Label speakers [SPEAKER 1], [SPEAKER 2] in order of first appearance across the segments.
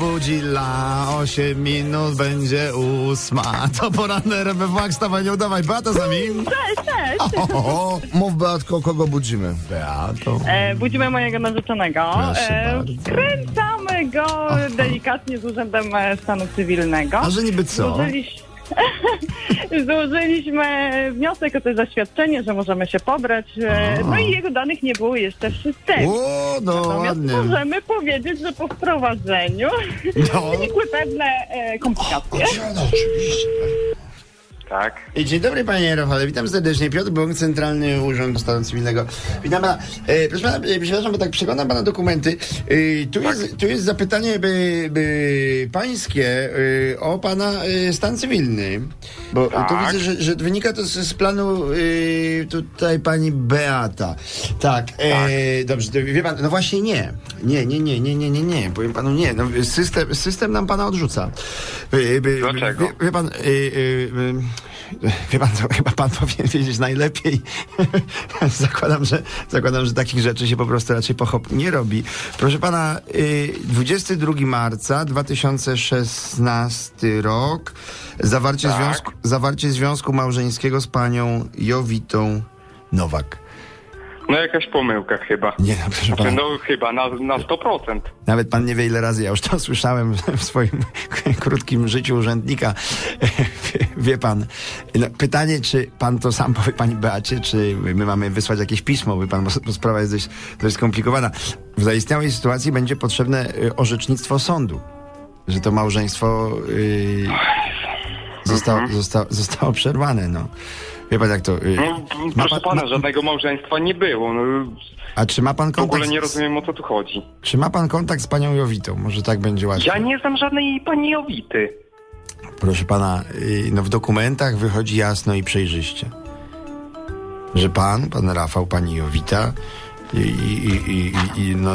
[SPEAKER 1] Godzilla, 8 minut będzie ósma. To poranne RMF Max, dawaj, nie udawaj, Beata z nami.
[SPEAKER 2] Cześć, cześć.
[SPEAKER 1] O, o, o.
[SPEAKER 3] Mów Beatko, kogo budzimy?
[SPEAKER 1] Beato.
[SPEAKER 2] E, budzimy mojego narzeczonego. E,
[SPEAKER 1] Proszę bardzo.
[SPEAKER 2] kręcamy go delikatnie z urzędem e, stanu cywilnego.
[SPEAKER 1] A że niby co?
[SPEAKER 2] Złożyliś... Złożyliśmy wniosek o to zaświadczenie, że możemy się pobrać. e,
[SPEAKER 1] A.
[SPEAKER 2] No i jego danych nie było jeszcze w systemie.
[SPEAKER 1] O, no
[SPEAKER 2] Natomiast
[SPEAKER 1] ładnie.
[SPEAKER 2] możemy powiedzieć, że po wprowadzeniu
[SPEAKER 1] No.
[SPEAKER 2] wynikły pewne e, komplikacje.
[SPEAKER 1] Oczywiście.
[SPEAKER 4] Tak.
[SPEAKER 1] Dzień dobry panie Rafale, witam serdecznie. Piotr Bąk, Centralny Urząd Stanu Cywilnego. Witam pana. E, proszę pana, e, przepraszam, bo tak przeglądam pana dokumenty. E,
[SPEAKER 4] Tak.
[SPEAKER 1] tu, jest, tu jest zapytanie by, by pańskie e, o pana e, stan cywilny. Bo tu
[SPEAKER 4] Tak.
[SPEAKER 1] widzę, że, że wynika to z, z planu e, tutaj pani Beata. Tak, e, dobrze, to wie pan, no właśnie nie. Nie, nie, nie, nie, nie, nie, nie. Powiem panu nie. No, system, system nam pana odrzuca. E, by-
[SPEAKER 4] Dlaczego?
[SPEAKER 1] Wie, wie pan, y, y, y, wie pan, to chyba pan powinien wiedzieć najlepiej. zakładam, że, zakładam, że takich rzeczy się po prostu raczej pochop nie robi. Proszę pana, y, 22 marca 2016 rok, zawarcie,
[SPEAKER 4] Tak.
[SPEAKER 1] związku, zawarcie związku małżeńskiego z panią Jowitą Nowak.
[SPEAKER 4] No jakaś pomyłka chyba.
[SPEAKER 1] Nie, no, proszę pana.
[SPEAKER 4] Znaczy, no chyba, na, na 100%.
[SPEAKER 1] Nawet pan nie wie, ile razy ja już to słyszałem w swoim krótkim życiu urzędnika. Wie, wie pan, no, pytanie, czy pan to sam powie pani Beacie, czy my mamy wysłać jakieś pismo, by pan, bo s- bo sprawa jest dość, dość skomplikowana. W zaistniałej sytuacji będzie potrzebne y, orzecznictwo sądu, że to małżeństwo y, zostało,
[SPEAKER 4] Mhm.
[SPEAKER 1] zosta, zostało przerwane, no. Wie pan, jak to... y,
[SPEAKER 4] No,
[SPEAKER 1] ma
[SPEAKER 4] proszę
[SPEAKER 1] pan-
[SPEAKER 4] pana,
[SPEAKER 1] ma- No,
[SPEAKER 4] żadnego małżeństwa nie było. No,
[SPEAKER 1] A czy ma pan
[SPEAKER 4] w ogóle
[SPEAKER 1] kontakt,
[SPEAKER 4] nie
[SPEAKER 1] z,
[SPEAKER 4] rozumiem o co tu chodzi.
[SPEAKER 1] czy ma pan kontakt z panią Jowitą? Może tak będzie łatwiej.
[SPEAKER 4] Ja nie znam żadnej pani Jowity.
[SPEAKER 1] Proszę pana, y, no w dokumentach wychodzi jasno i przejrzyście, że pan, pan Rafał, pani Jowita i, i, i, i, i- i no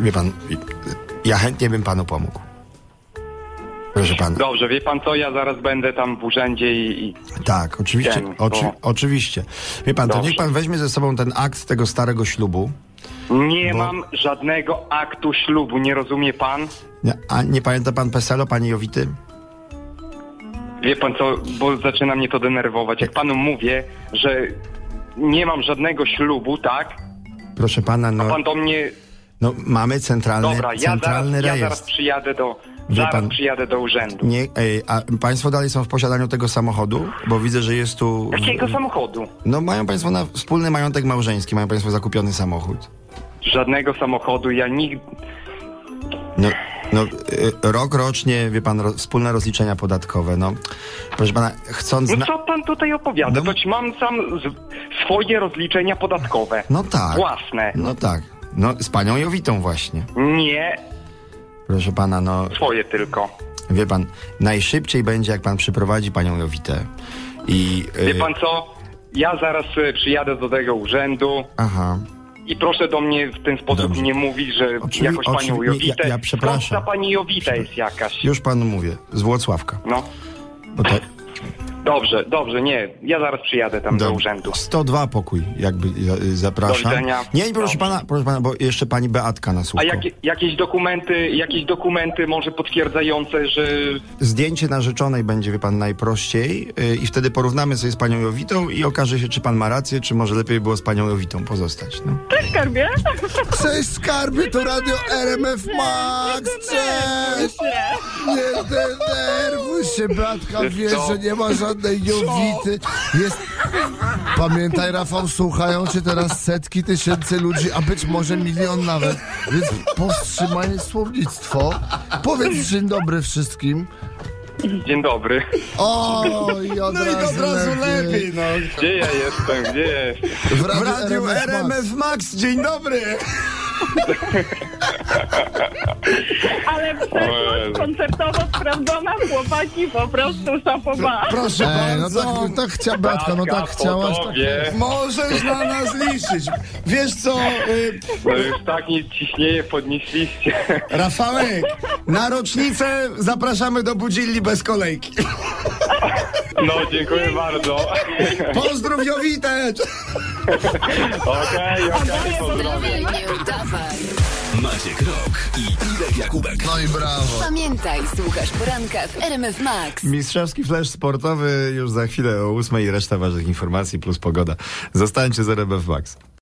[SPEAKER 1] wie pan, i- ja chętnie bym panu pomógł. Proszę pana.
[SPEAKER 4] Dobrze, wie pan co, ja zaraz będę tam w urzędzie i... i...
[SPEAKER 1] Tak, oczywiście.
[SPEAKER 4] Wiem,
[SPEAKER 1] oczy,
[SPEAKER 4] bo-
[SPEAKER 1] Oczywiście. Wie pan, to
[SPEAKER 4] Dobrze.
[SPEAKER 1] niech pan weźmie ze sobą ten akt tego starego ślubu.
[SPEAKER 4] Nie
[SPEAKER 1] Bo-
[SPEAKER 4] mam żadnego aktu ślubu, nie rozumie pan?
[SPEAKER 1] Nie- A nie pamięta pan Peselo, pani Jowity?
[SPEAKER 4] Wie pan co, bo zaczyna mnie to denerwować. Jak panu mówię, że nie mam żadnego ślubu, tak?
[SPEAKER 1] Proszę pana, no,
[SPEAKER 4] Pan do mnie...
[SPEAKER 1] no mamy centralny,
[SPEAKER 4] Dobra, ja zaraz,
[SPEAKER 1] centralny
[SPEAKER 4] ja zaraz
[SPEAKER 1] rejestr.
[SPEAKER 4] przyjadę do...
[SPEAKER 1] Wie
[SPEAKER 4] Zaraz
[SPEAKER 1] pan-
[SPEAKER 4] przyjadę do urzędu.
[SPEAKER 1] Nie, ej, a państwo dalej są w posiadaniu tego samochodu? Bo widzę, że jest tu...
[SPEAKER 4] Jakiego samochodu?
[SPEAKER 1] No mają państwo na wspólny majątek małżeński, mają państwo zakupiony samochód.
[SPEAKER 4] Żadnego samochodu, ja nigdy...
[SPEAKER 1] No, no y, rok rocznie, wie pan, ro, wspólne rozliczenia podatkowe, no. Proszę pana, chcąc...
[SPEAKER 4] No
[SPEAKER 1] na-
[SPEAKER 4] co pan tutaj opowiada?
[SPEAKER 1] No-
[SPEAKER 4] Choć mam sam z... swoje rozliczenia podatkowe.
[SPEAKER 1] No tak.
[SPEAKER 4] Własne.
[SPEAKER 1] No tak. No z panią Jowitą właśnie.
[SPEAKER 4] Nie
[SPEAKER 1] Proszę pana, no
[SPEAKER 4] swoje tylko.
[SPEAKER 1] wie pan, najszybciej będzie, jak pan przyprowadzi panią Jowitę. I... y,
[SPEAKER 4] Wie pan co? Ja zaraz y, przyjadę do tego urzędu
[SPEAKER 1] Aha.
[SPEAKER 4] i proszę do mnie w ten sposób
[SPEAKER 1] Dobrze.
[SPEAKER 4] nie mówić, że
[SPEAKER 1] Oczywi-
[SPEAKER 4] jakoś panią
[SPEAKER 1] oczywi- nie,
[SPEAKER 4] Jowitę...
[SPEAKER 1] ja- ja przepraszam.
[SPEAKER 4] Skąd ta pani Jowita jest jakaś?
[SPEAKER 1] Już panu mówię, z Włocławka.
[SPEAKER 4] No.
[SPEAKER 1] Bo to,
[SPEAKER 4] Dobrze, dobrze, nie. Ja zaraz przyjadę tam do
[SPEAKER 1] Dobrze.
[SPEAKER 4] urzędu.
[SPEAKER 1] 102 pokój, jakby za- y, zapraszam.
[SPEAKER 4] Do widzenia.
[SPEAKER 1] Nie, proszę
[SPEAKER 4] Dobrze.
[SPEAKER 1] pana, proszę pana, bo jeszcze pani Beatka na
[SPEAKER 4] A
[SPEAKER 1] słupko.
[SPEAKER 4] jakie, jakieś dokumenty, jakieś dokumenty może potwierdzające, że...
[SPEAKER 1] Zdjęcie narzeczonej będzie, wie pan, najprościej y, i wtedy porównamy sobie z panią Jowitą i okaże się, czy pan ma rację, czy może lepiej było z panią Jowitą pozostać. No.
[SPEAKER 2] Cześć, skarbie.
[SPEAKER 3] Cześć skarbie, to radio RMF Max, cześć! Nie denerwuj się, Bratka,
[SPEAKER 4] Wiesz
[SPEAKER 3] wiesz,
[SPEAKER 4] co?
[SPEAKER 3] że nie ma żadnej jowity. Jest... Pamiętaj, Rafał, słuchają cię teraz setki tysięcy ludzi, a być może milion nawet, więc powstrzymaj słownictwo. Powiedz dzień dobry wszystkim.
[SPEAKER 4] Dzień dobry.
[SPEAKER 3] O, i od
[SPEAKER 1] No i
[SPEAKER 3] razu
[SPEAKER 1] to od razu lepiej, no.
[SPEAKER 4] Gdzie ja jestem? Gdzie ja jestem?
[SPEAKER 3] W
[SPEAKER 1] W
[SPEAKER 3] radiu,
[SPEAKER 1] radiu
[SPEAKER 3] RMF, Max.
[SPEAKER 1] RMF Max, dzień dobry!
[SPEAKER 2] Ale przeszłość koncertowo sprawdzona, chłopaki po prostu szapoba.
[SPEAKER 1] Proszę
[SPEAKER 3] Ej, no
[SPEAKER 1] bardzo,
[SPEAKER 3] tak, tak chciała Bratka, no tak
[SPEAKER 4] Bratka,
[SPEAKER 3] chciałaś. Tak...
[SPEAKER 4] podobie.
[SPEAKER 1] możesz na nas liczyć. Wiesz co, y,
[SPEAKER 4] No już tak nie ciśnieje, podnieśliście.
[SPEAKER 1] Rafałek, na rocznicę zapraszamy do Budzilli bez kolejki.
[SPEAKER 4] No, dziękuję bardzo.
[SPEAKER 1] Pozdrów Jowitę!
[SPEAKER 4] Okej, okej, pozdrawiam.
[SPEAKER 5] Uwielbił, dawaj.
[SPEAKER 6] Maciek Rok i Irek Jakubek.
[SPEAKER 3] No i brawo.
[SPEAKER 5] Pamiętaj, słuchasz poranka w RMF Max.
[SPEAKER 1] Mistrzowski flash sportowy już za chwilę o ósmej i reszta ważnych informacji plus pogoda. Zostańcie z RBF Max.